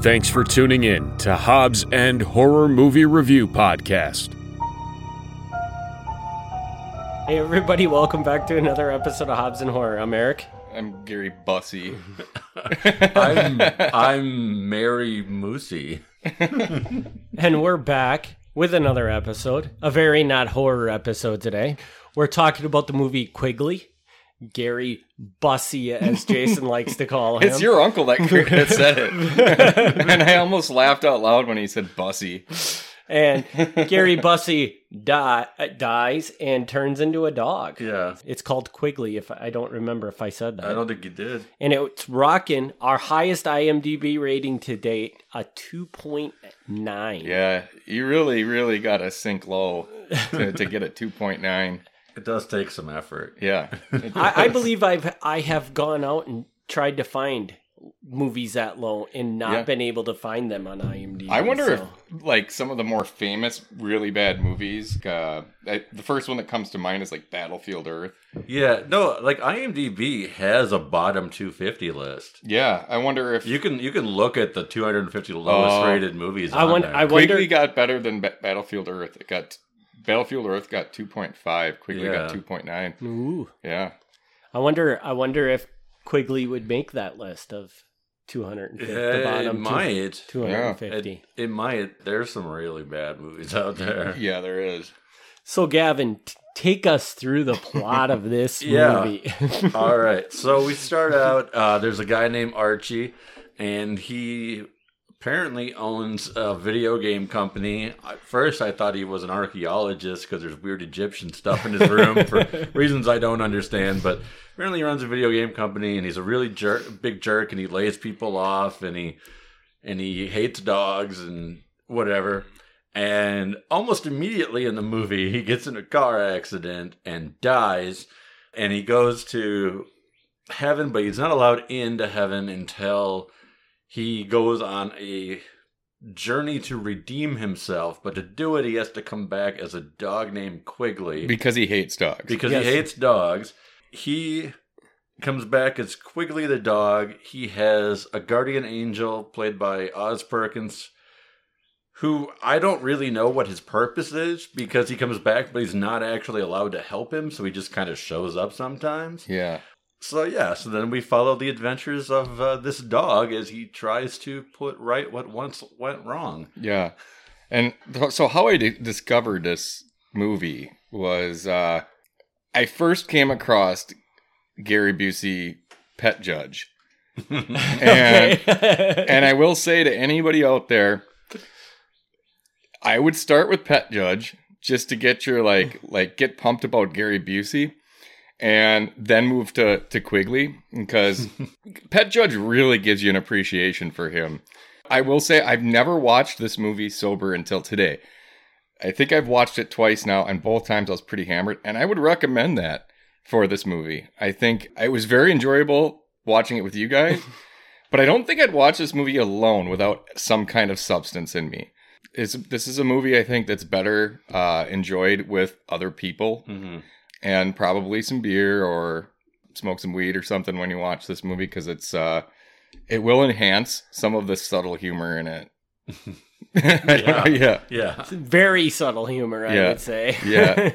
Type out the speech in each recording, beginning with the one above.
Thanks for tuning in to Hobbs End Horror Movie Review Podcast. Hey everybody, welcome back to another episode of Hobbs and Horror. I'm Eric. I'm Gary Bussey. I'm I'm Mary Moosey. And we're back with another episode. A very not horror episode today. We're talking about the movie Quigley. Gary Bussy, as Jason likes to call him. It's your uncle that, cr- that said it. and I almost laughed out loud when he said Bussy. and Gary Bussy die, uh, dies and turns into a dog. Yeah. It's called Quigley, if I don't remember if I said that. I don't think you did. and it's rocking our highest IMDb rating to date, a 2.9. Yeah, you really, really got to sink low to, to get a 2.9. It does take some effort. Yeah. I, I believe I've I have gone out and tried to find movies that low and not Yeah. been able to find them on IMDb. I wonder so- if, like, some of the more famous, really bad movies, uh, I, the first one that comes to mind is, like, Battlefield Earth. Yeah. No, like IMDb has a bottom 250 list. Yeah, I wonder if You can you can look at the 250 lowest Oh. rated movies. I on want- there. Uh, I want- Quigley wonder- got better than ba- Battlefield Earth. It got Battlefield Earth got 2.5. Quigley got Yeah. 2.9. Ooh, Yeah. I wonder I wonder if Quigley would make that list of 250 Yeah, the it bottom two- might. 250. It, it might. There's some really bad movies out there. Yeah, there is. So Gavin, t- take us through the plot of this Yeah. movie. All right. So we start out. Uh, there's a guy named Archie, and he apparently owns a video game company. At first, I thought he was an archaeologist because there's weird Egyptian stuff in his room for reasons I don't understand. But apparently, he runs a video game company, and he's a really jerk, big jerk, and he lays people off, and he and he hates dogs and whatever. And almost immediately in the movie, he gets in a car accident and dies. And he goes to heaven, but he's not allowed into heaven until he goes on a journey to redeem himself. But to do it, he has to come back as a dog named Quigley Because he hates dogs. because Yes. he hates dogs. He comes back as Quigley the dog. He has a guardian angel played by Oz Perkins, who I don't really know what his purpose is because he comes back, but he's not actually allowed to help him, so he just kind of shows up sometimes. yeah. So yeah, so then we follow the adventures of uh, this dog as he tries to put right what once went wrong. Yeah. And th- so how I di- discovered this movie was uh I first came across Gary Busey Pet Judge. and and I will say to anybody out there I would start with Pet Judge just to get your like like get pumped about Gary Busey and then move to to Quigley because Pet Judge really gives you an appreciation for him. I will say I've never watched this movie sober until today. I think I've watched it twice now, and both times I was pretty hammered, and I would recommend that for this movie. I think it was very enjoyable watching it with you guys, but I don't think I'd watch this movie alone without some kind of substance in me. It's, this is a movie I think that's better uh, enjoyed with other people Mm-hmm. and probably some beer or smoke some weed or something when you watch this movie because it's uh it will enhance some of the subtle humor in it I don't know, yeah Yeah, Very subtle humor, I Yeah. would say. Yeah.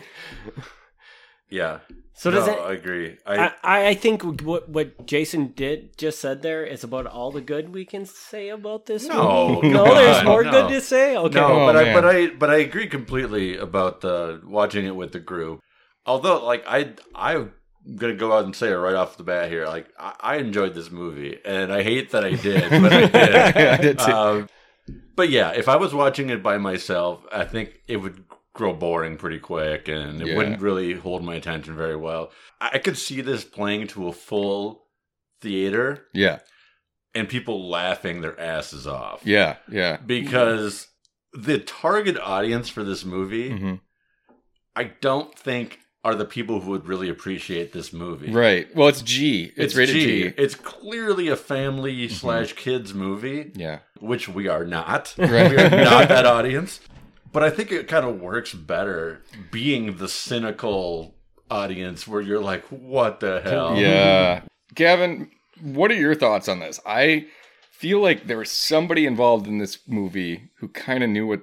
yeah. so does no, it I agree. I, I, I I think what, what Jason did just said there is about all the good we can say about this. No, movie. come no, there's on, more no. good to say. Okay, No, Oh, but I man. but I but I agree completely about the watching it with the group. Although, like I I'm gonna go out and say it right off the bat here. Like I, I enjoyed this movie, and I hate that I did, but I did. I did too. Um, but yeah, if I was watching it by myself, I think it would grow boring pretty quick, and it Yeah. wouldn't really hold my attention very well. I I could see this playing to a full theater yeah and people laughing their asses off yeah yeah because the target audience for this movie, hmm I don't think are the people who would really appreciate this movie. right well it's G it's, rated G, Mm-hmm. It's clearly a family slash kids movie, yeah which we are not. Right. We are not that audience. But I think it kind of works better being the cynical audience where you're like, what the hell? yeah Gavin what are your thoughts on this I feel like there was somebody involved in this movie who kind of knew what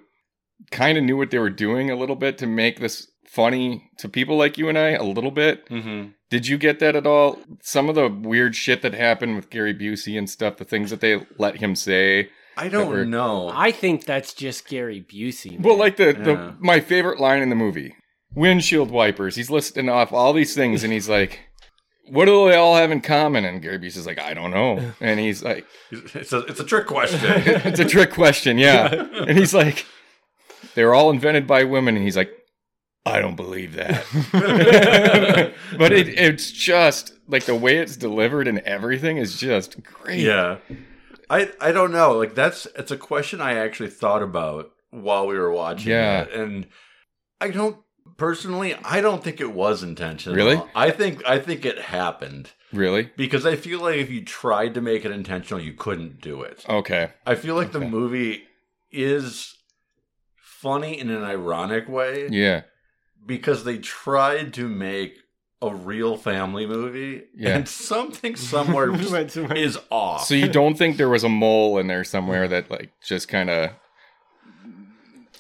kind of knew what they were doing a little bit to make this funny to people like you and I a little bit. Mm-hmm. Did you get that at all? Some of the weird shit that happened with Gary Busey and stuff, the things that they let him say. I were- don't know. I think that's just Gary Busey. man. Well, like the, Yeah. the my favorite line in the movie, windshield wipers. He's listing off all these things, and he's like, "What do they all have in common?" And Gary Busey's like, "I don't know." And he's like, It's a, it's a trick question. "It's a trick question, yeah." And he's like, "They're all invented by women," and he's like, "I don't believe that." but it, it's just like the way it's delivered and everything is just great. yeah. I I don't know. Like that's it's a question I actually thought about while we were watching Yeah. it. And I don't personally I don't think it was intentional. Really? I think I think it happened. Really? Because I feel like if you tried to make it intentional, you couldn't do it. Okay. I feel like the Okay. movie is funny in an ironic way Yeah. because they tried to make a real family movie Yeah. and something somewhere We went too much. is off. So you don't think there was a mole in there somewhere that like just kind of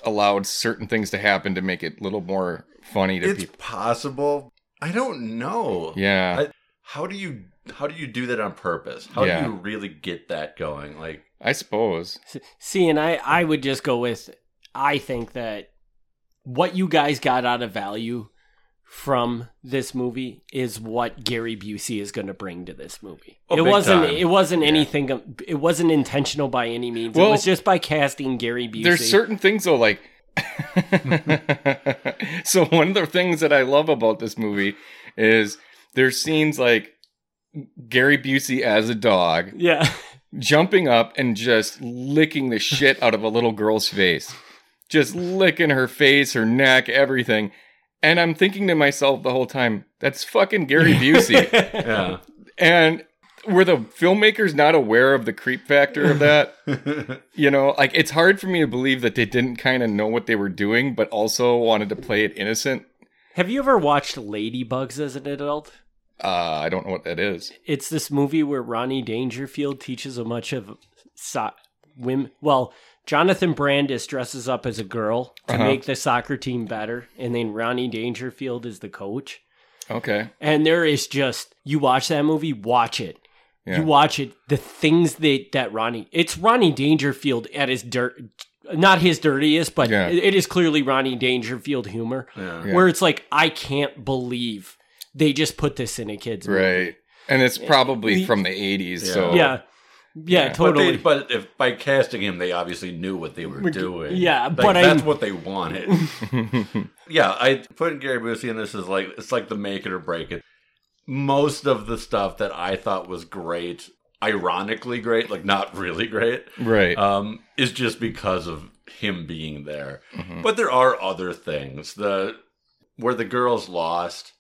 allowed certain things to happen to make it a little more funny to it's people? possible. I don't know. Yeah, How do you how do you do that on purpose? How Yeah. do you really get that going? Like I, suppose. See, and I, I would just go with I think that what you guys got out of value from this movie is what Gary Busey is going to bring to this movie. Oh, it big wasn't time. it wasn't anything of- it wasn't intentional by any means. it Well, was just by casting Gary Busey. There's certain things though, like. so one of the things that I love about this movie is there's scenes like Gary Busey as a dog yeah. jumping up and just licking the shit out of a little girl's face. Just licking her face, her neck, everything. And I'm thinking to myself the whole time, that's fucking Gary Busey. yeah. and were the filmmakers not aware of the creep factor of that? you know, like it's hard for me to believe that they didn't kind of know what they were doing, but also wanted to play it innocent. Have you ever watched Ladybugs as an adult? Uh, I don't know what that is. It's this movie where Ronnie Dangerfield teaches a bunch of so- women. Well, Jonathan Brandis dresses up as a girl to Uh-huh. make the soccer team better, and then Ronnie Dangerfield is the coach. Okay. And there is just you watch that movie, watch it. Yeah. You watch it. The things that that Ronnie, it's Ronnie Dangerfield at his dirt, not his dirtiest, but Yeah. it is clearly Ronnie Dangerfield humor, Yeah. Yeah. where it's like I can't believe they just put this in a kid's movie. Right. And it's probably We- from the 80s, Yeah. so Yeah. Yeah, Yeah. totally. Oh. But, they, but if by casting him, they obviously knew what they were doing. yeah, Like, but I- that's what they wanted. yeah, I putting Gary Busey in this is like it's like the make it or break it. Most of the stuff that I thought was great, ironically great, like not really great, right. um, is just because of him being there. Mm-hmm. But there are other things. The where the girls lost,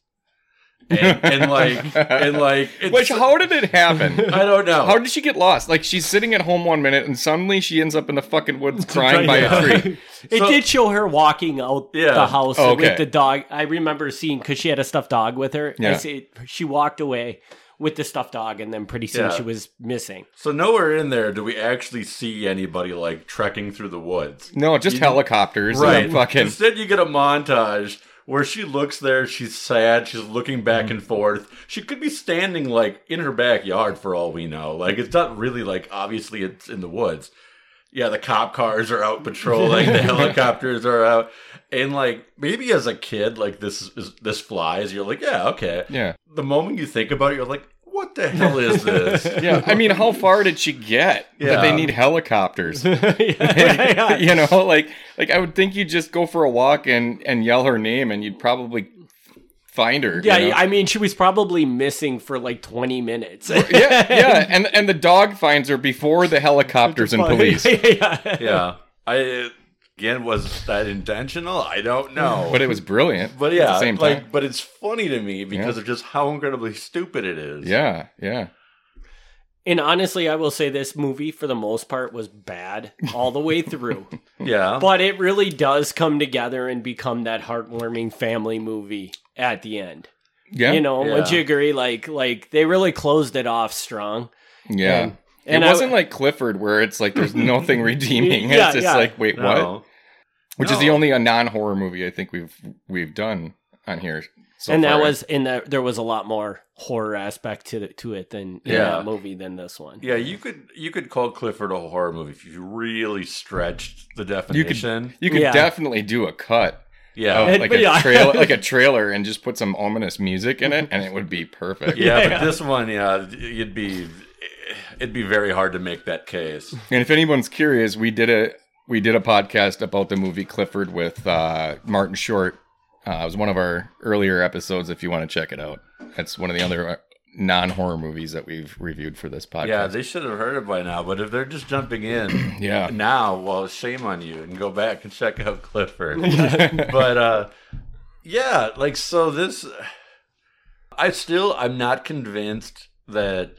and, and like and like it's, Which how did it happen? I don't know. How did she get lost? Like she's sitting at home one minute and suddenly she ends up in the fucking woods crying by a tree. It So- did show her walking out Yeah. the house Oh, Okay. with the dog. I remember seeing because she had a stuffed dog with her. Yeah. I see, she walked away with the stuffed dog, and then pretty soon Yeah. she was missing. So nowhere in there do we actually see anybody like trekking through the woods. No, just helicopters. Right. fucking Instead, you get a montage where she looks there. She's sad. She's looking back and forth. She could be standing like in her backyard for all we know. Like it's not really like obviously it's in the woods. Yeah, the cop cars are out patrolling. the helicopters are out, and like maybe as a kid, like this is, this flies. You're like, yeah, okay. Yeah. The moment you think about it, you're like, what the hell is this? Yeah. I mean, how far did she get that Yeah. they need helicopters? yeah, yeah. you know, like like I would think you'd just go for a walk and and yell her name and you'd probably find her. you Yeah, know? I mean, she was probably missing for like 20 minutes. yeah, yeah, and and the dog finds her before the helicopters and police. yeah. yeah. I again was that intentional? I don't know. But it was brilliant. But at yeah, the same like, time. but it's funny to me because of just how incredibly stupid it is. Yeah, yeah. And honestly, I will say this movie, for the most part, was bad all the way through. yeah. but it really does come together and become that heartwarming family movie at the end. Yeah. You know, would Yeah. you agree? Like, like they really closed it off strong. yeah. And And it I- wasn't like Clifford, where it's like there's nothing redeeming. Yeah, it's just yeah. like, wait, what? No. Which is the No. only uh, non-horror movie I think we've we've done on here. So and that far. was and that there was a lot more horror aspect to the, to it than in Yeah. that movie than this one. Yeah, you could you could call Clifford a horror movie if you really stretched the definition. you could Yeah. definitely do a cut yeah. of And- Oh, like but a yeah. trail, like a trailer, and just put some ominous music in it, and it would be perfect. yeah, Yeah. but this one, yeah, you'd be it'd be very hard to make that case. And if anyone's curious, we did a we did a podcast about the movie Clifford with uh, Martin Short. Uh, it was one of our earlier episodes. If you want to check it out, that's one of the other non horror movies that we've reviewed for this podcast. Yeah, they should have heard it by now. But if they're just jumping in Yeah. now, well, shame on you, and go back and check out Clifford. but uh, yeah, like so this, I still I'm not convinced that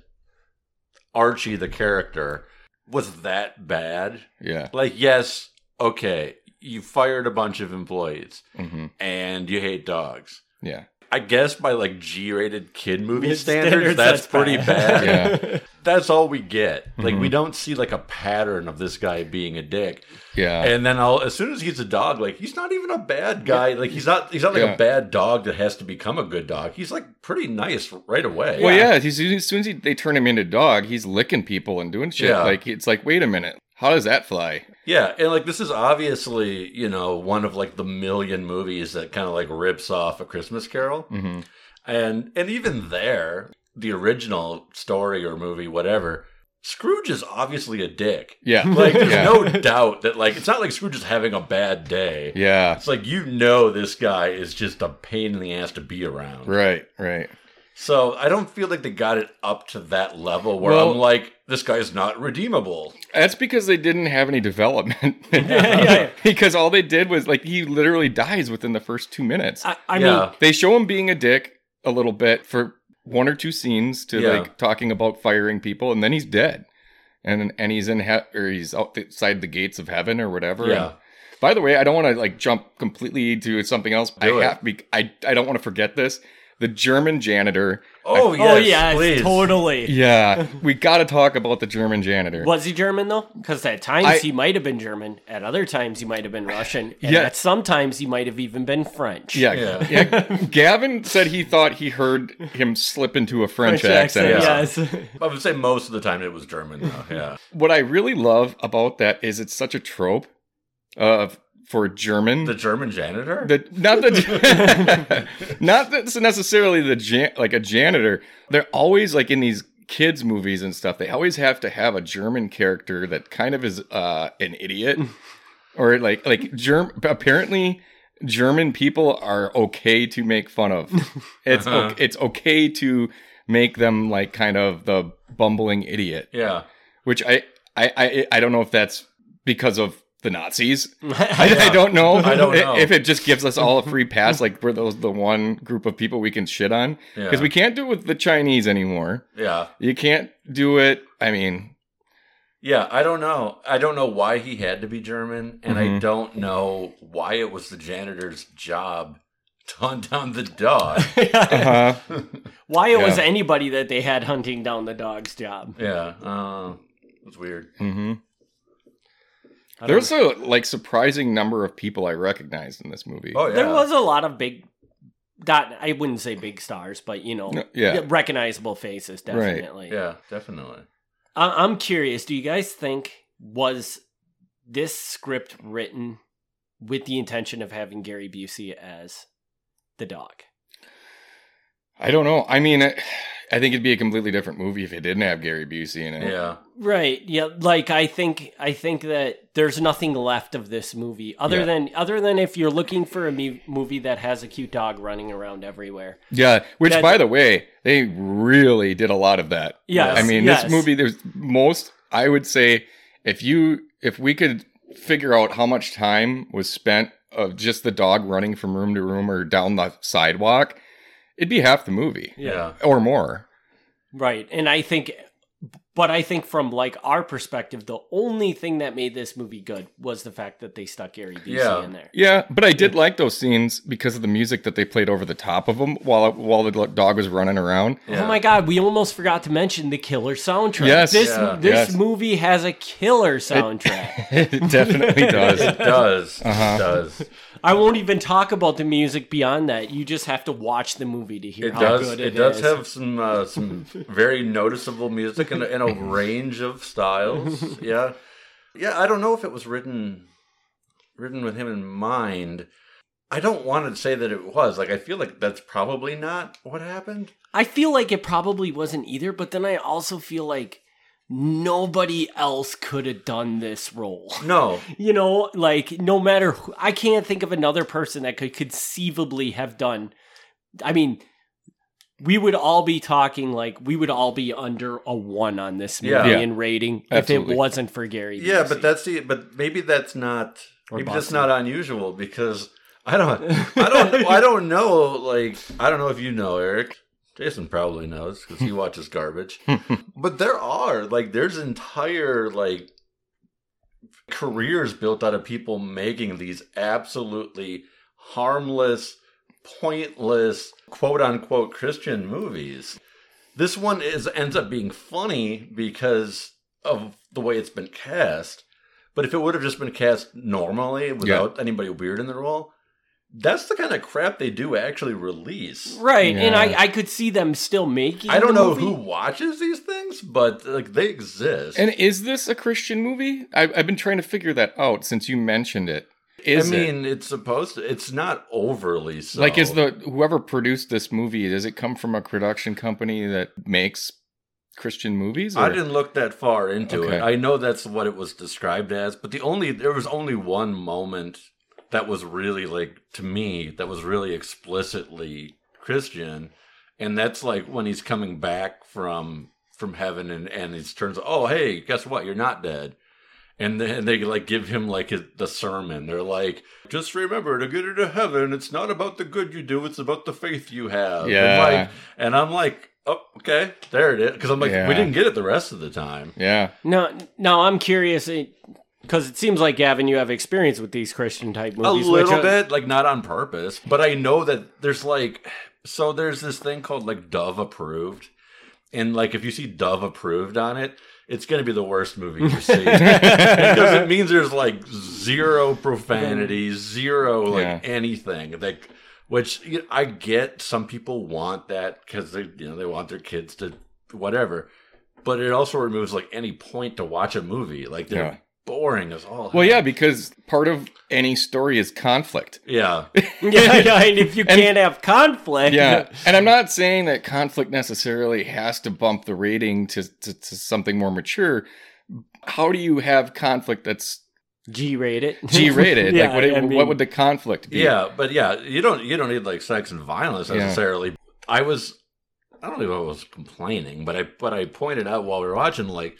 Archie the character was that bad. yeah, Like, yes, okay, you fired a bunch of employees hmm and you hate dogs. yeah, I guess by like G-rated kid movie It's standards, standards, that's, that's pretty bad. bad. yeah, That's all we get. Like we don't see like a pattern of this guy being a dick. yeah. And then I'll, as soon as he's a dog, like he's not even a bad guy. Like he's not he's not like Yeah. a bad dog that has to become a good dog. He's like pretty nice right away. well, yeah. He's, as soon as he, they turn him into dog, he's licking people and doing shit. Yeah. Like it's like, wait a minute, how does that fly? Yeah, and like this is obviously, you know, one of like the million movies that kind of like rips off a Christmas Carol. hmm And and even there, the original story or movie, whatever, Scrooge is obviously a dick. Yeah, Like there's yeah. no doubt that like it's not like Scrooge is having a bad day. yeah, It's like you know this guy is just a pain in the ass to be around. right, right. So I don't feel like they got it up to that level where Well- I'm like, this guy's not redeemable. That's because they didn't have any development. yeah, yeah. because all they did was like he literally dies within the first two minutes. I, I mean, yeah. they show him being a dick a little bit for one or two scenes to Yeah. like talking about firing people, and then he's dead, and and he's in he- or he's outside the gates of heaven or whatever. Yeah. And by the way, I don't want to like jump completely to something else. Do I it. have be- I I don't want to forget this. The German janitor. Oh yes, oh yeah, please. totally. Yeah, we got to talk about the German janitor. Was he German though? Because at times I- he might have been German. At other times he might have been Russian. And Yeah. at sometimes he might have even been French. Yeah, Yeah. yeah. Gavin said he thought he heard him slip into a French, accent. accent, yeah. Yes. I would say most of the time it was German though. Yeah. What I really love about that is it's such a trope of for German. the German janitor? the, not the not that it's necessarily the jan- like a janitor. They're always like in these kids movies and stuff. They always have to have a German character that kind of is uh, an idiot or like like Germ. Apparently, German people are okay to make fun of. It's Uh-huh. okay, it's okay to make them like kind of the bumbling idiot, yeah. which I I I, I don't know if that's because of the Nazis. I, I don't know. I don't I- know. if it just gives us all a free pass. Like we're those the one group of people we can shit on Yeah. because we can't do it with the Chinese anymore. Yeah. You can't do it. I mean, Yeah, I don't know. I don't know why he had to be German, and I Mm-hmm. Mhm. don't know why it was the janitor's job to hunt down the dog. uh, Why it was Yeah. anybody that they had hunting down the dog's job. yeah, uh, it's weird. hmm I don't There was a like surprising number of people I recognized in this movie. Oh yeah, There was a lot of big, not I wouldn't say big stars, but you know, No, yeah. recognizable faces definitely. yeah, definitely. I- I'm curious. Do you guys think was this script written with the intention of having Gary Busey as the dog? I don't know. I mean, I, I think it'd be a completely different movie if it didn't have Gary Busey in it. Yeah, Right. Yeah. Like I think I think that there's nothing left of this movie other Yeah. than other than if you're looking for a mu- movie that has a cute dog running around everywhere. Yeah, which That- by the way, they really did a lot of that. Yes, I mean, yes. this movie there's most I would say if you if we could figure out how much time was spent of just the dog running from room to room or down the sidewalk, it'd be half the movie yeah, or more. Right. And I think But I think from like our perspective, the only thing that made this movie good was the fact that they stuck Gary Busey Yeah. in there. Yeah, but I did like those scenes because of the music that they played over the top of them while while the dog was running around. Yeah. Oh my god, we almost forgot to mention the killer soundtrack. Yes. this Yeah. this Yes. movie has a killer soundtrack. it definitely does. It does. Uh-huh. It does. I won't even talk about the music beyond that. You just have to watch the movie to hear It how does. good It, it does is. have some uh, some very noticeable music and, a- and a range of styles. Yeah, yeah. I don't know if it was written written with him in mind. I don't want to say that it was. Like, I feel like that's probably not what happened. I feel like it probably wasn't either, but then I also feel like nobody else could have done this role. No, You know, like no matter who, I can't think of another person that could conceivably have done. I mean, we would all be talking like we would all be under a one on this movie Yeah. and Yeah. in rating if Absolutely. it wasn't for Gary. yeah, Busey. but that's the. But maybe that's not. Or maybe that's Boston. not unusual because I don't. I don't. I don't know. Like, I don't know if you know Eric. Jason probably knows because he watches garbage. but there are like there's entire like careers built out of people making these absolutely harmless, pointless, quote unquote Christian movies. This one is ends up being funny because of the way it's been cast. But if it would have just been cast normally without anybody weird in the role, that's the kind of crap they do actually release. right, and Yeah. I I could see them still making. I don't the know movie. who watches these things, but like they exist. And is this a Christian movie? I, I've been trying to figure that out since you mentioned it. Is I it? mean, it's supposed to. It's not overly so. Like, is the whoever produced this movie? Does it come from a production company that makes Christian movies? I or- didn't look that far into Okay. it. I know that's what it was described as, but the only there was only one moment that was really like to me that was really explicitly Christian, and that's like when he's coming back from from heaven and and he turns. Oh, hey, guess what? You're not dead. And then they like give him like his, the sermon. They're like, just remember to get into heaven. It's not about the good you do. It's about the faith you have. Yeah. And, like, and I'm like, oh, okay, there it is. Because I'm like, Yeah. we didn't get it the rest of the time. Yeah. No, no, I'm curious because it seems like Gavin, you have experience with these Christian type A movies. which little are- bit, like not on purpose, but I know that there's like, so there's this thing called like Dove approved, and like if you see Dove approved on it, it's gonna be the worst movie you see because it means there's like zero profanity, zero like Yeah. anything like. Which you know, I get, some people want that because they, you know, they want their kids to whatever, but it also removes like any point to watch a movie. Like they're Yeah. boring as all. Well, yeah, hell. because part of any story is conflict. yeah. yeah, yeah, and if you can't have conflict, Yeah. and I'm not saying that conflict necessarily has to bump the rating to, to, to something more mature. How do you have conflict that's G rated, G rated? Yeah, like, what, it- I mean- what would the conflict be? Yeah, but yeah, you don't you don't need like sex and violence Yeah. necessarily. I was I don't know if I was complaining, but I but I pointed out while we were watching like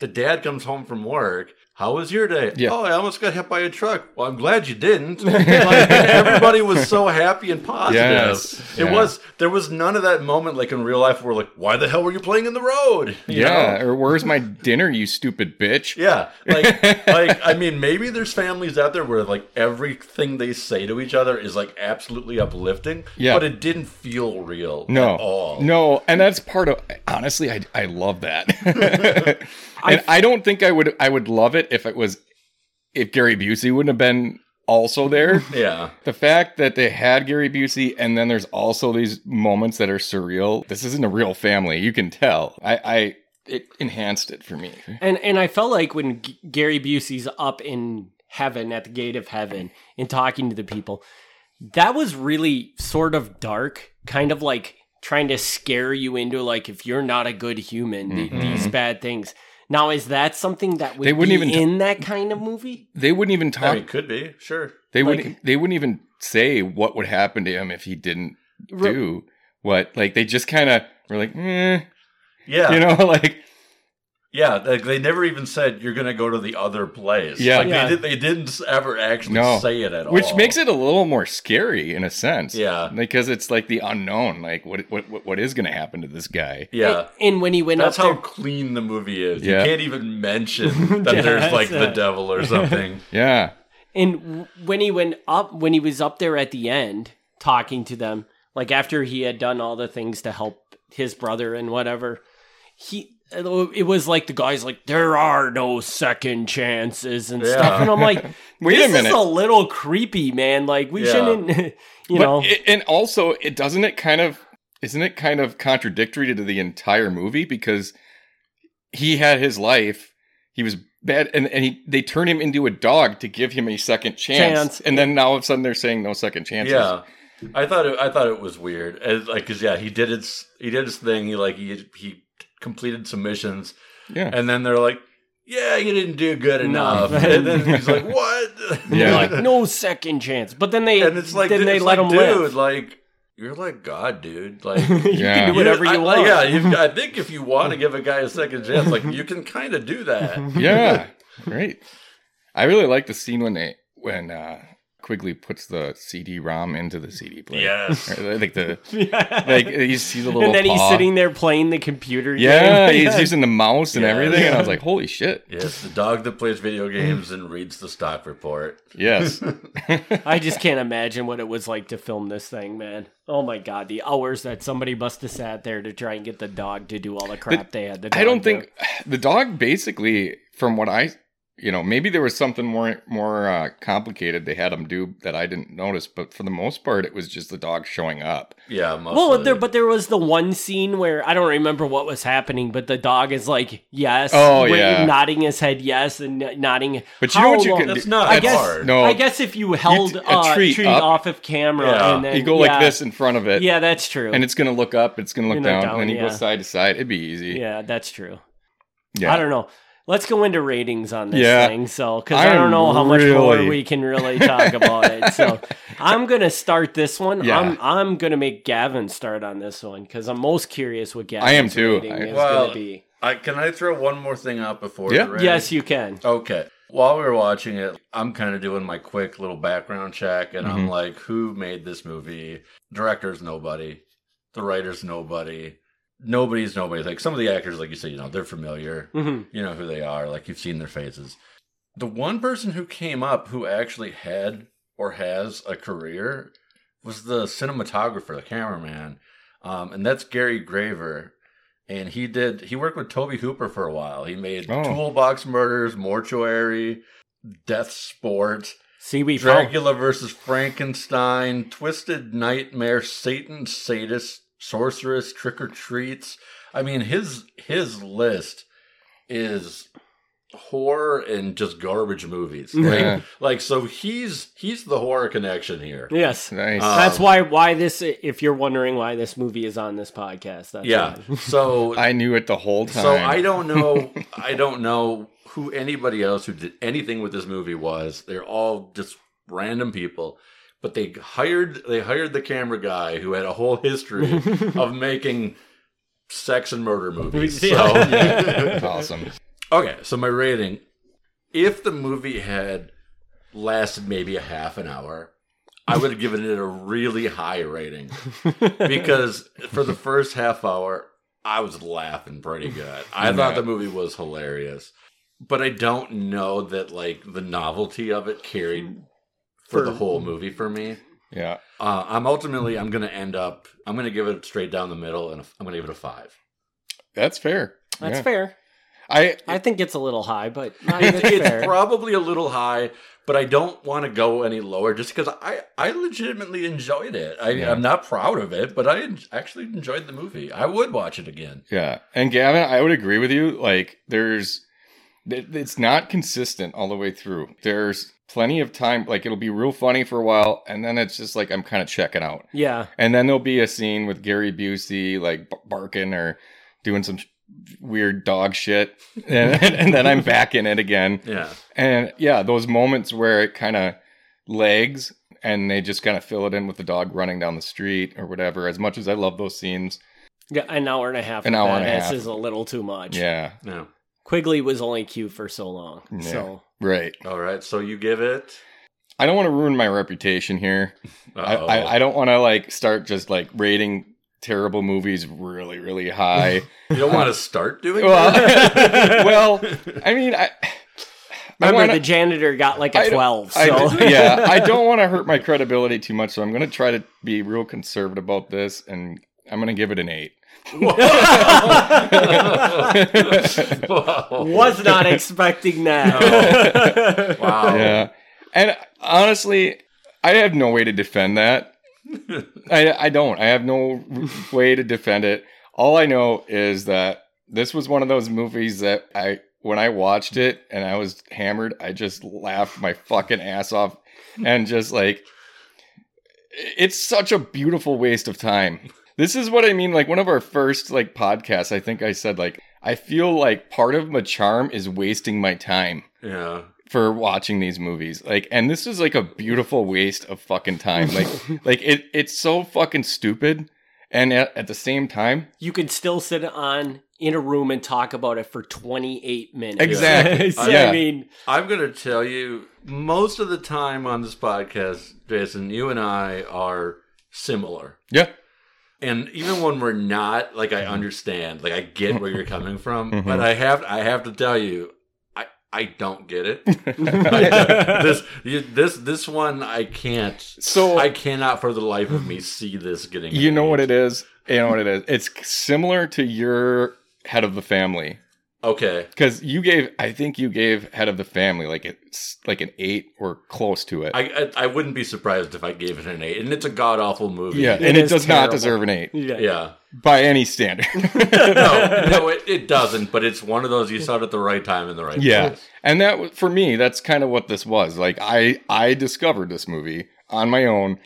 the dad comes home from work. How was your day? Yeah. Oh, I almost got hit by a truck. Well, I'm glad you didn't. Like, everybody was so happy and positive. Yes. It Yeah. was there was none of that moment like in real life where like why the hell were you playing in the road? You know? Yeah, or where's my dinner, you stupid bitch? Yeah, like, like I mean, maybe there's families out there where like everything they say to each other is like absolutely uplifting. Yeah. but it didn't feel real. No, at all. no, and that's part of. Honestly, I I love that, and I don't think I would I would love it if it was if Gary Busey wouldn't have been also there. Yeah, the fact that they had Gary Busey, and then there's also these moments that are surreal. This isn't a real family, you can tell. I I it enhanced it for me. and and I felt like when G- Gary Busey's up in heaven at the gate of heaven and talking to the people, that was really sort of dark, kind of like trying to scare you into like if you're not a good human, th- these bad things. Now, is that something that would Mm-hmm. They wouldn't be even t- in that kind of movie? They wouldn't even I talk. mean, could be sure. they like- wouldn't. e, They wouldn't even say what would happen to him if he didn't Re- do what. Like they just kind of were like, eh, Yeah, you know, like Yeah, like they never even said you're going to go to the other place. Yeah. like, Yeah. They, did, they didn't ever actually No. say it at all, Which makes it a little more scary in a sense. Yeah. Because it's like the unknown. Like what what what- what is gonna happen to this guy? Yeah, And when he went that's up how there, clean the movie is. Yeah. You can't even mention that Yeah, there's like that's the it. devil or something. Yeah. and w- when he went up, when he was up there at the end talking to them, like after he had done all the things to help his brother and whatever, he uh, it was like the guy's like there are no second chances and stuff, Yeah. and I'm like, Wait this a minute. is a little creepy, man. Like we Yeah. shouldn't, you But know, it- and also it doesn't it kind of isn't it kind of contradictory to the entire movie because he had his life, he was bad and, and he they turn him into a dog to give him a second chance. Chance. And then now all of a sudden they're saying no second chances. yeah, I thought it, I thought it was weird. As like, cause yeah, he did his he did his thing. He like he he completed some missions, Yeah. and then they're like, yeah, you didn't do good No. enough. and then he's like, what? They're Yeah. like no second chance. But then they and it's like then dude, they it's let like, him dude, live. like you're like God, dude. Like Yeah. do whatever you I- want. Yeah, you, I think if you want to give a guy a second chance, like you can kind of do that. yeah, great. I really like the scene when they when uh, Quigley puts the CD-ROM into the CD player. Yes. Or, like the Yeah. like you see the little. and then he's paw. sitting there playing the computer. Yeah, game. he's using the mouse and Yeah. everything, and I was like, "Holy shit!" Yes, the dog that plays video games and reads the stock report. Yes, I just can't imagine what it was like to film this thing, man. Oh my god, the hours that somebody must have sat there to try and get the dog to do all the crap they had. The I don't dog do. think the dog basically, from what I, you know, maybe there was something more more uh, complicated they had him do that I didn't notice, but for the most part, it was just the dog showing up. Yeah, mostly. Well, there, but there was the one scene where I don't remember what was happening, but the dog is like, "Yes," Oh, wait, yeah. nodding his head, "Yes," and n- nodding. But you know How what you long- can That's do- not I That's guess. hard. No, I guess if you held t- a a uh, tree, tree up. off of camera, Yeah. and then, you go like yeah. this in front of it. Yeah, that's true. and it's gonna look up, it's gonna look And then down, down, and then you yeah. go side to side. It'd be easy. yeah, that's true. Yeah. I don't know. Let's go into ratings on this Yeah. thing, so because I don't I'm know how much more really- we can really talk about it. So I'm gonna start this one. Yeah. I'm I'm gonna make Gavin start on this one because I'm most curious what Gavin's I am too. rating I- is Well, gonna be. I, can I throw one more thing out before? Yeah. you're ready? Yes, you can. Okay. While we were watching it, I'm kind of doing my quick little background check, and I'm like, who made this movie? Director's nobody. The writer's nobody. Nobody's nobody. Like some of the actors, like you said, you know, they're familiar. Mhm. You know who they are. Like you've seen their faces. The one person who came up who actually had or has a career was the cinematographer, the cameraman, um, and that's Gary Graver. And he did. He worked with Toby Hooper for a while. He made Oh. Toolbox Murders, Mortuary, Death Sport, See, we found- Dracula versus Frankenstein, Twisted Nightmare, Satan, Sadist, Sorceress, Trick or Treats. I mean, his his list is horror and just garbage movies. Like, Yeah. like so he's he's the horror connection here. Yes, Nice. Uh, that's Um, why why this. If you're wondering why this movie is on this podcast, that's Yeah. why. So I knew it the whole time. So I don't know. I don't know who anybody else who did anything with this movie was. They're all just random people, but they hired they hired the camera guy who had a whole history of making sex and murder movies. So That's awesome. okay, so my rating: if the movie had lasted maybe a half an hour. I would have given it a really high rating because for the first half hour, I was laughing pretty good. I thought the movie was hilarious, but I don't know that like the novelty of it carried for the whole movie for me. Yeah. Uh, I'm ultimately I'm gonna end up I'm gonna give it straight down the middle, and I'm gonna give it a five. That's fair. that's Yeah. fair. I I think it's a little high, but not It's, even it's fair. probably a little high, but I don't want to go any lower just because I I legitimately enjoyed it. I, Yeah. I'm not proud of it, but I en- actually enjoyed the movie. I would watch it again. yeah. And Gavin, I would agree with you. Like there's it- it's not consistent all the way through. There's plenty of time like it'll be real funny for a while and then it's just like I'm kind of checking out. yeah, And then there'll be a scene with Gary Busey like b- barking or doing some sh- weird dog shit and, and then I'm back in it again. Yeah. And yeah, those moments where it kind of lags and they just kind of fill it in with the dog running down the street or whatever. As much as I love those scenes, yeah, an hour and a half. An of hour that and a half. is a little too much. yeah, No. Quigley was only cute for so long. Yeah. So Right. All right, so you give it. I don't want to ruin my reputation here. I, Uh-oh. I, I don't want to like start just like rating terrible movies really, really high. you don't want to start doing that? well, well, I mean, I. remember wanna- the janitor got like a I- twelve. I- So yeah, I don't want to hurt my credibility too much, so I'm going to try to be real conservative about this, and I'm going to give it an eight. Whoa. was not expecting that. Wow. Yeah, and honestly, I have no way to defend that. I I don't. I have no way to defend it. All I know is that this was one of those movies that I when I watched it and I was hammered, I just laughed my fucking ass off and just like it's such a beautiful waste of time. This is what I mean like one of our first like podcasts, I think I said like I feel like part of my charm is wasting my time Yeah. for watching these movies. Like, and this is like a beautiful waste of fucking time. Like, like it, it's so fucking stupid. And at, at the same time, you could still sit on in a room and talk about it for twenty eight minutes. Exactly. So, Yeah. I mean, I'm going to tell you most of the time on this podcast, Jason, you and I are similar. yeah, And even when we're not, like I understand, like I get where you're coming from, but I have I have to tell you, I I don't get it. I- this you, this this one I can't. So- I cannot for the life of me see this getting. you know what it made. is. You know what it is. It's similar to your head of the family Okay. because you gave, I think you gave head of the family like it's like an eight or close to it. I, I I wouldn't be surprised if I gave it an eight, and it's a god awful movie. yeah, It and it is does terrible. not deserve an eight yeah. yeah. by any standard. No, no, it, it doesn't. But it's one of those you saw it at the right time in the right Yeah. place. And that w- for me, that's kind of what this was. Like I I discovered this movie on my own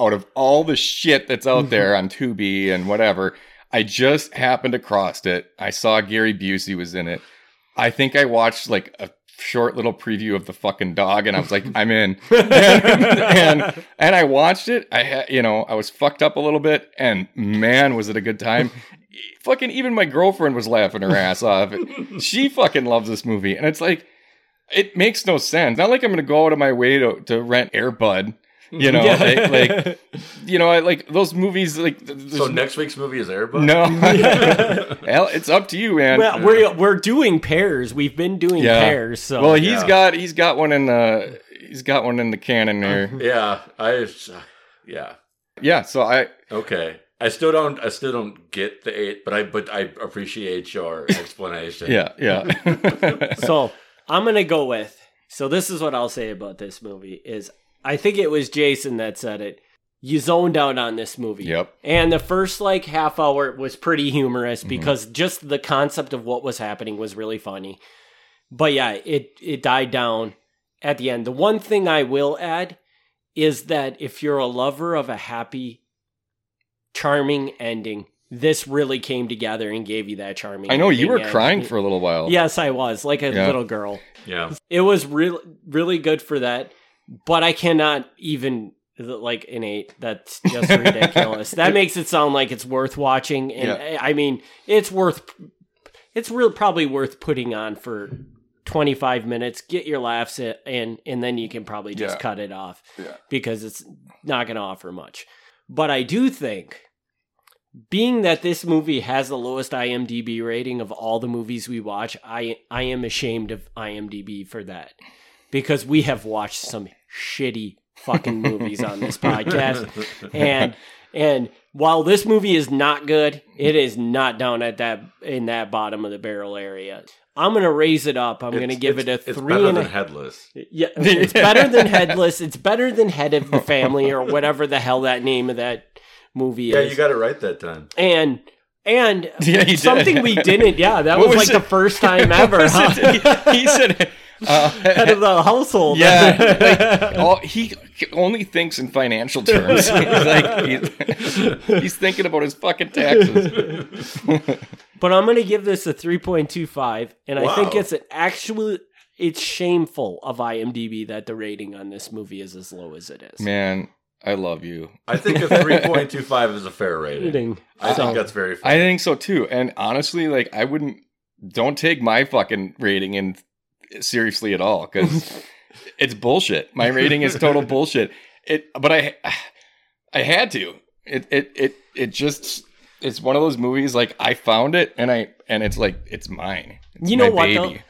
out of all the shit that's out there on Tubi and whatever. I just happened across it. I saw Gary Busey was in it. I think I watched like a short little preview of the fucking dog and I was like, I'm in. And and, and I watched it. I had, you know, I was fucked up a little bit and man, was it a good time. fucking even my girlfriend was laughing her ass off. She fucking loves this movie. And it's like, it makes no sense. Not like I'm going to go out of my way to, to rent Airbud. You know, like, like, you know, I like those movies. Like, th- So there's- next week's movie is Airbud. no, Well, it's up to you, man. Well, we're we're doing pairs. We've been doing Yeah. pairs. So Well, he's yeah. got he's got one in the he's got one in the cannon Uh-huh. there. Yeah. I. Yeah. yeah, so I Okay. I still don't. I still don't get the eight, but I. But I appreciate your explanation. yeah yeah. so I'm gonna go with. So this is what I'll say about this movie is I think it was Jason that said it. You zoned out on this movie. Yep. Mm-hmm. And the first like half hour was pretty humorous because just the concept of what was happening was really funny. But yeah, it it died down at the end. The one thing I will add is that if you're a lover of a happy charming ending, this really came together and gave you that charming I know you ending were and- crying for a little while. Yes, I was like a Yeah. little girl. Yeah. It was really really good for that, but I cannot even like an eight. That's just ridiculous. that makes it sound like it's worth watching, and I I mean, it's worth. It's real probably worth putting on for twenty five minutes. Get your laughs in, and and then you can probably just Yeah. cut it off Yeah. because it's not going to offer much. But I do think being that this movie has the lowest IMDb rating of all the movies we watch, I I am ashamed of IMDb for that because we have watched some shitty fucking movies on this podcast and and while this movie is not good, it is not down at that in that bottom of the barrel area. I'm gonna raise it up. I'm gonna It's- give it it's- a It's three better and a than headless. yeah, it's better than headless. It's better than head of the family or whatever the hell that name of that movie Yeah, is. you got it right that time. and and Yeah, you did. something we didn't. Yeah, that was, What was like the it? first time ever. Was huh? it- he, he said, Head uh, of the household. "Yeah." like, all, he only thinks in financial terms. he's like he's, he's thinking about his fucking taxes. but I'm gonna give this a 3.25, and I think Wow. it's an actual. It's shameful of IMDb that the rating on this movie is as low as it is. Man, I love you. I think a three point two five is a fair rating. Rating. I So- think that's very fair. I think so too. And honestly, like I wouldn't don't take my fucking rating in seriously at all because it's bullshit. My rating is total bullshit. It, but I, I had to. It, it, it, it just. It's one of those movies like I found it and I and it's like it's mine. It's You know my what, baby. though?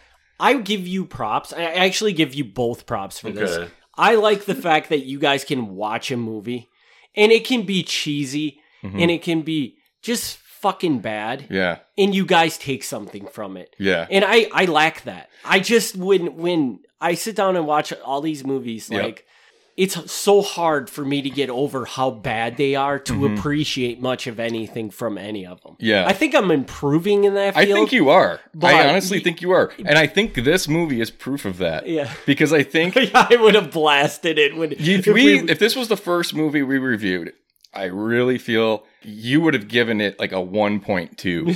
I give you props. I I actually give you both props for this. Okay. I like the fact that you guys can watch a movie and it can be cheesy and it can be just fucking bad Mm-hmm. Yeah, and you guys take something from it. yeah, And I I lack that. I just when when I sit down and watch all these movies Yeah. like it's so hard for me to get over how bad they are to appreciate much of anything from any of them. Mm-hmm. yeah. I think I'm improving in that I field. think you are. but- I honestly think you are, and I think this movie is proof of that. Yeah. because I think I would have blasted it when if we if this was the first movie we reviewed, I really feel you would have given it like a one point two.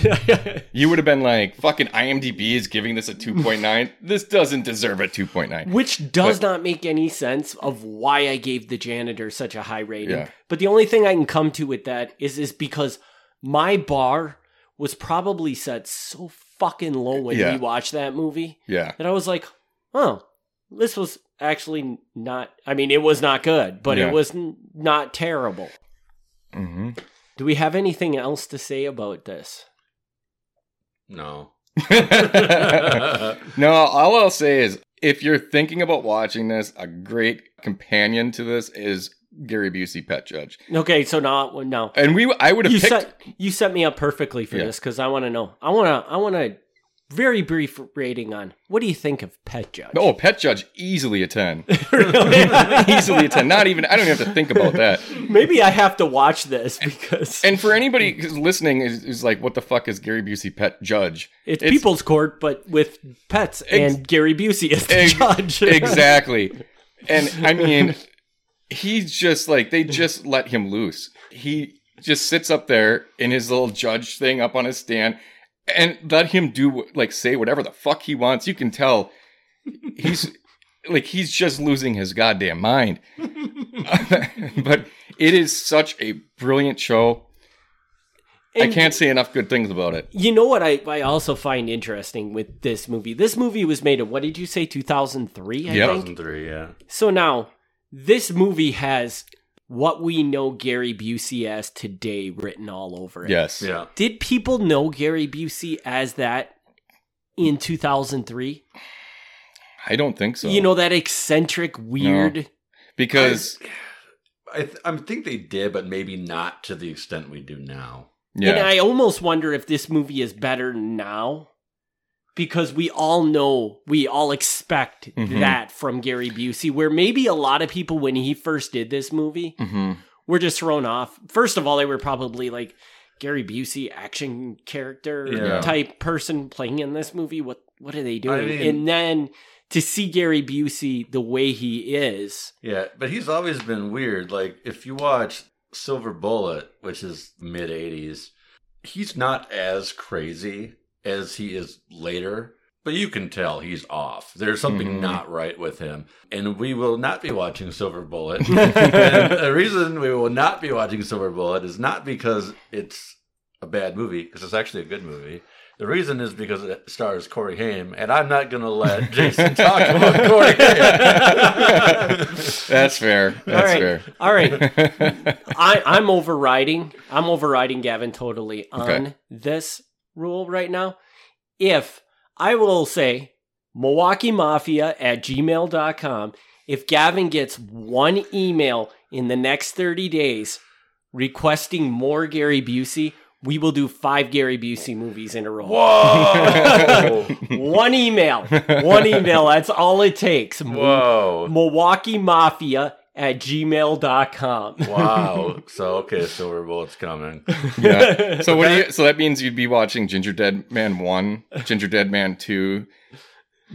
You would have been like, "Fucking IMDb is giving this a two point nine. This doesn't deserve a two point nine. which does not make any sense of why I gave the janitor such a high rating. Yeah. But the only thing I can come to with that is is because my bar was probably set so fucking low when Yeah. we watched that movie Yeah, that I was like, oh, this was actually not. I mean, it was not good, but Yeah. it was n- not terrible. hmm Do we have anything else to say about this? No. no. All I'll say is, if you're thinking about watching this, a great companion to this is Gary Busey, Pet Judge, Okay, so now, now and we. I would have you picked. set you set me up perfectly for Yeah. this because I want to know. I want to. I want a very brief rating on what do you think of Pet Judge? Oh, Pet Judge easily a ten, Really? easily a ten. Not even. I don't even have to think about that. Maybe I have to watch this because And for anybody who's listening is, is like, what the fuck is Gary Busey pet judge? it's, it's- People's Court, but with pets Ex- and Gary Busey as the Ex- judge. Exactly. and I mean, he's just like they just let him loose. He just sits up there in his little judge thing up on his stand and let him do wh- like say whatever the fuck he wants. You can tell he's like he's just losing his goddamn mind. but it is such a brilliant show. I And- can't say enough good things about it. You know what I, I also find interesting with this movie? This movie was made in, what did you say, 2003, I Yeah. think? 2003, yeah. So now, this movie has what we know Gary Busey as today written all over it. Yes. Yeah. Did people know Gary Busey as that in 2003? I don't think so. You know, that eccentric, weird. because I, th- I think they did, but maybe not to the extent we do now. And yeah, I almost wonder if this movie is better now because we all know, we all expect Mhm. that from Gary Busey, where maybe a lot of people, when he first did this movie, hmm were just thrown off. First of all, they were probably like, Gary Busey, action character Yeah. type person playing in this movie. What what are they doing? mean- and then to see Gary Busey the way he is, Yeah, but he's always been weird. Like, if you watch Silver Bullet, which is mid 80s, he's not as crazy as he is later, but you can tell he's off. There's something Mhm. not right with him. And we will not be watching Silver Bullet. and the reason we will not be watching Silver Bullet is not because it's a bad movie, because it's actually a good movie. The reason is because it stars Corey Haim, and I'm not going to let Jason talk about Corey Haim. that's fair. That's right. fair. all right, I, I'm overriding. I'm overriding Gavin totally on Okay. this rule right now. If I will say Milwaukee Mafia at gmail.com, if Gavin gets one email in the next 30 days requesting more Gary Busey, we will do five Gary Busey movies in a row. Whoa! One email. One email. That's all it takes. Whoa! Milwaukee Mafia at gmail.com. Wow. So okay, Silver Bullet's coming. yeah. So what do you? So that means you'd be watching Ginger Dead Man One, Ginger Dead Man Two,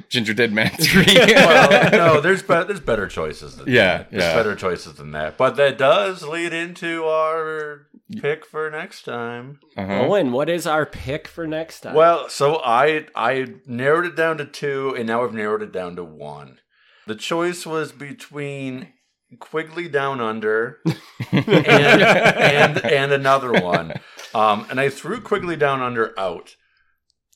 Ginger Dead Man Three. Uh-huh. Well, no, there's better. There's better choices than Yeah, that. There's yeah. better choices than that. But that does lead into our pick for next time. Uh-huh. Owen, what is our pick for next time? Well, so I I narrowed it down to two, and now I've narrowed it down to one. The choice was between Quigley Down Under and, and and another one, um, and I threw Quigley Down Under out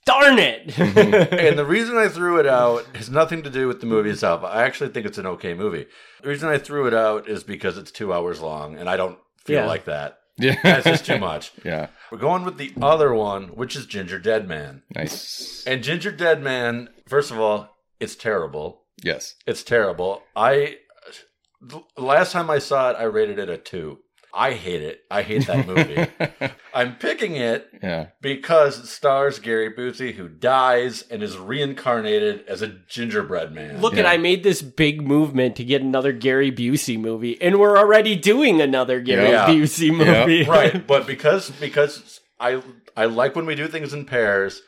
Darn it! Mm-hmm. and the reason I threw it out has nothing to do with the movie itself. I actually think it's an okay movie. The reason I threw it out is because it's two hours long, and I don't feel Yeah. like that. Yeah. That's just too much. Yeah. We're going with the other one, which is Ginger Dead Man. Nice. And Ginger Dead Man, first of all, it's terrible. Yes. It's terrible. I the last time I saw it, I rated it a two. I hate it. I hate that movie. I'm picking it yeah. because it stars Gary Busey, who dies and is reincarnated as a gingerbread man. Look at Yeah. I made this big movement to get another Gary Busey movie, and we're already doing another Gary Yeah. Busey Yeah. movie. right, but because because I I like when we do things in pairs.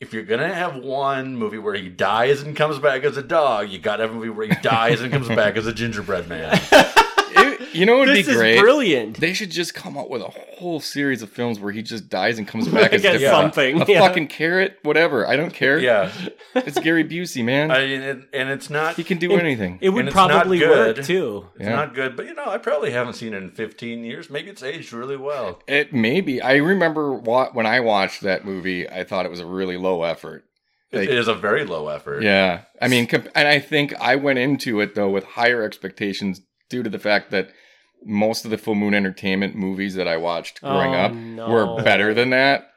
If you're gonna have one movie where he dies and comes back as a dog, you gotta have a movie where he dies and comes back as a gingerbread man. It- you know what would be this is great? brilliant. They should just come up with a whole series of films where he just dies and comes back as Like a different- something, A yeah. fucking carrot, whatever. I don't care. Yeah, It's Gary Busey, man. I mean, and, and it's not he it's can do anything. It would it's not probably good. work too. Yeah. not good, but you know, I probably haven't seen it in 15 years. Maybe it's aged really well. It may be. I remember wa- when I watched that movie, I thought it was a really low effort. Like- it is a very low effort. Yeah. I mean, comp- and I think I went into it, though, with higher expectations due to the fact that most of the Full Moon Entertainment movies that I watched growing Oh, up no. were better than that.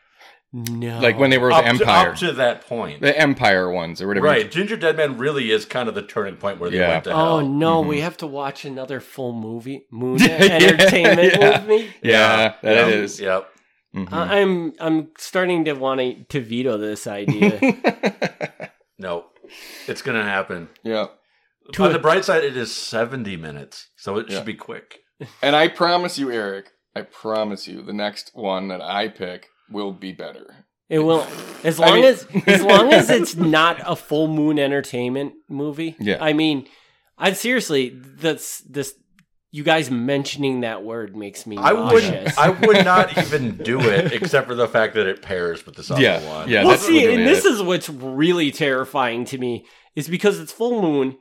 No, Like when they were Up the to- Empire. up to that point. the Empire ones or whatever. Right, Ginger Dead Man really is kind of the turning point where they Yeah. went to hell. Oh no, we have to watch another full movie Moon Entertainment yeah. movie. Yeah, that Yep, is. Yep. Mhm. I- I'm I'm starting to want to, to veto this idea. No, it's gonna happen. yeah. To On a- the bright side, it is 70 minutes, so it Yeah. should be quick. And I promise you, Eric, I promise you, the next one that I pick will be better. it will as I long mean- as as long as it's not a full moon entertainment movie. Yeah. I mean, I seriously that's this you guys mentioning that word makes me I would nauseous. I would not even do it except for the fact that it pairs with this other Yeah, one. yeah. well, that's see, literally and this it. is what's really terrifying to me is because it's full moon,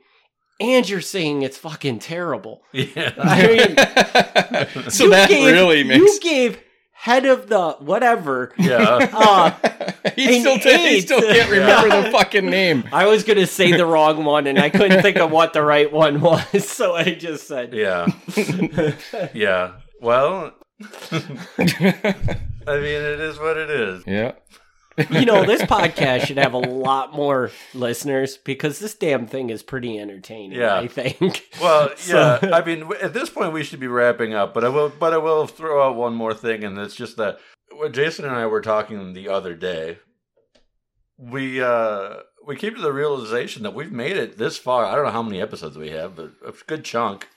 and you're saying it's fucking terrible. yeah. I mean, so You that gave- really you makes. gave head of the whatever. yeah. Uh, he, an still ta- he still eight. can't remember the fucking name. I was gonna say the wrong one, and I couldn't think of what the right one was, so I just said Yeah. yeah. Well, I mean, it is what it is. yeah. you know, this podcast should have a lot more listeners because this damn thing is pretty entertaining. Yeah. I think. Well, yeah. So- I mean, w- at this point, we should be wrapping up. But I will. But I will throw out one more thing, and it's just that when Jason and I were talking the other day, we uh we came to the realization that we've made it this far. I don't know how many episodes we have, but a good chunk.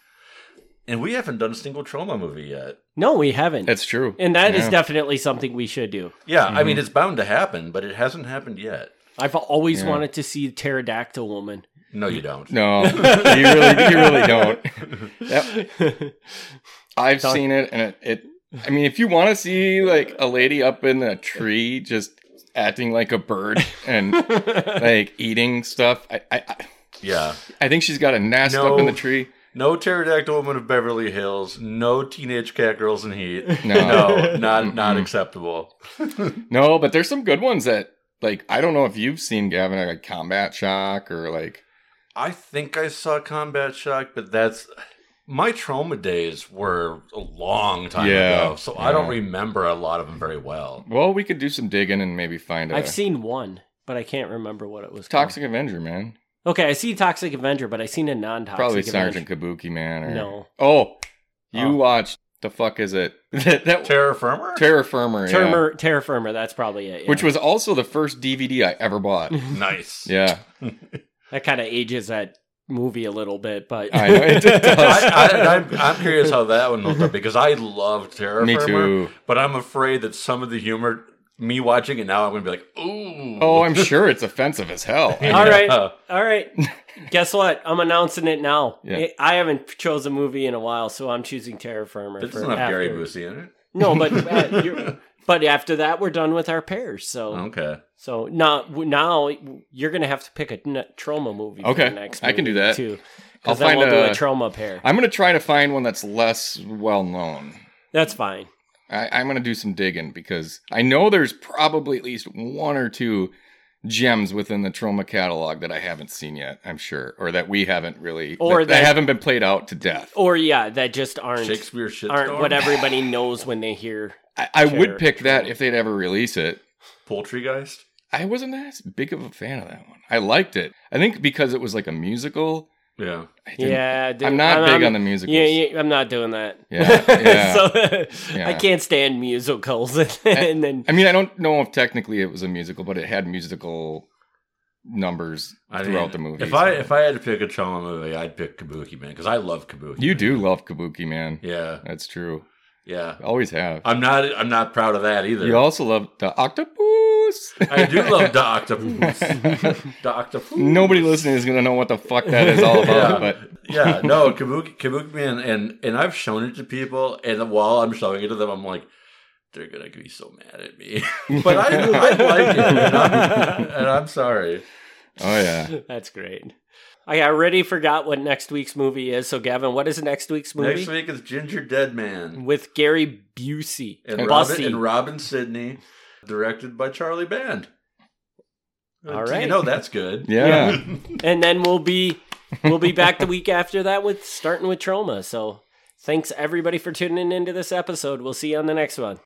And we haven't done a single trauma movie yet. No, we haven't, That's true. and that is Yeah. definitely something we should do. Yeah, I mean, it's bound to happen, but it hasn't happened yet. I've always Yeah. wanted to see Pterodactyl Woman. No, you don't. No, you really, you really don't. That- I've Don't- seen it, and it, it. I mean, if you want to see like a lady up in a tree just acting like a bird and like eating stuff, I, I, I- Yeah. I think she's got a nest No. up in the tree. No pterodactyl woman of Beverly Hills. No teenage cat girls in heat. No. no, not not Mm-mm. acceptable. No, but there's some good ones that like I don't know if you've seen Gavin like Combat Shock or like I think I saw Combat Shock, but that's my trauma days were a long time Yeah, ago, so I don't yeah. remember a lot of them very well. well we could do some digging and maybe find a I've seen one, but I can't remember what it was. called. Toxic Avenger man Okay, I see Toxic Avenger, but I seen a non-toxic. probably Avenger. Sergeant Kabuki man or No. oh you Oh. watched the fuck is it that, that Terra Firma? Terra Firma yeah. Termer, Terra Firma, that's probably it. yeah. which was also the first DVD I ever bought nice. yeah that kind of ages that movie a little bit, but I know it does I, am I'm curious how that one looked up because I love Terra me Firma, too but I'm afraid that some of the humor, me watching it now, I'm going to be like, ooh. oh I'm sure it's offensive as hell all right, Yeah. all right. Guess what? I'm announcing it now. Yeah. It- I haven't chose a movie in a while, so I'm choosing Terra Firma. It for doesn't have Gary after. Busey in it. No, but uh, you're- but after that, we're done with our pairs. So Oh. Okay. so now now you're gonna have to pick a n- trauma movie. for Okay, the next I can do movie, that. too. I'll Because then find we'll do a- a trauma pair. I'm gonna try to find one that's less well known That's fine. I, I'm going to do some digging because I know there's probably at least one or two gems within the Troma catalog that I haven't seen yet. I'm sure, or that we haven't really, Or that, that that- Oh, haven't been played out to death. Or yeah, that just aren't Shakespeare shit aren't what everybody knows when they hear. I, I would Sure. pick that if they'd ever release it. Poultrygeist. I wasn't as big of a fan of that one. I liked it. I think because it was like a musical. Yeah. I didn't- Yeah, dude, I'm not big on the musicals. Yeah, yeah, I'm not doing that. Yeah, yeah. so Yeah. Eh. I can't stand musicals, and, then I mean, I don't know if technically it was a musical, but it had musical numbers I mean, throughout the movie. If I so. if I had to pick a trauma movie, I'd pick Kabuki Man because I love Kabuki. you Man. do love Kabuki, man. Yeah, That's true. yeah. Always have. I'm not I'm not proud of that either. You also love the octopus. I do love the octopus. the octopus. Nobody listening is gonna know what the fuck that is all about, Yeah. but yeah, no, Kabuki, Kabuki Man, and and I've shown it to people, and while I'm showing it to them, I'm like, they're gonna be so mad at me, but I, I like it, and I'm, and I'm sorry. oh yeah, that's great. I already forgot what next week's movie is. So Gavin, what is next week's movie? Next week is Ginger Dead Man With Gary Busey and Robin Bussey. and Robin Sidney, directed by Charlie Band. All Uh, right. you know that's good. yeah. and then we'll be we'll be back the week after that with starting with trauma. So thanks everybody for tuning into this episode. We'll see you on the next one.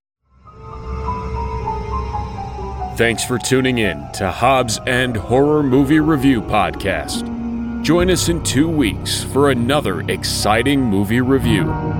Thanks for tuning in to Hobbs and Horror Movie Review Podcast. Join us in two weeks for another exciting movie review.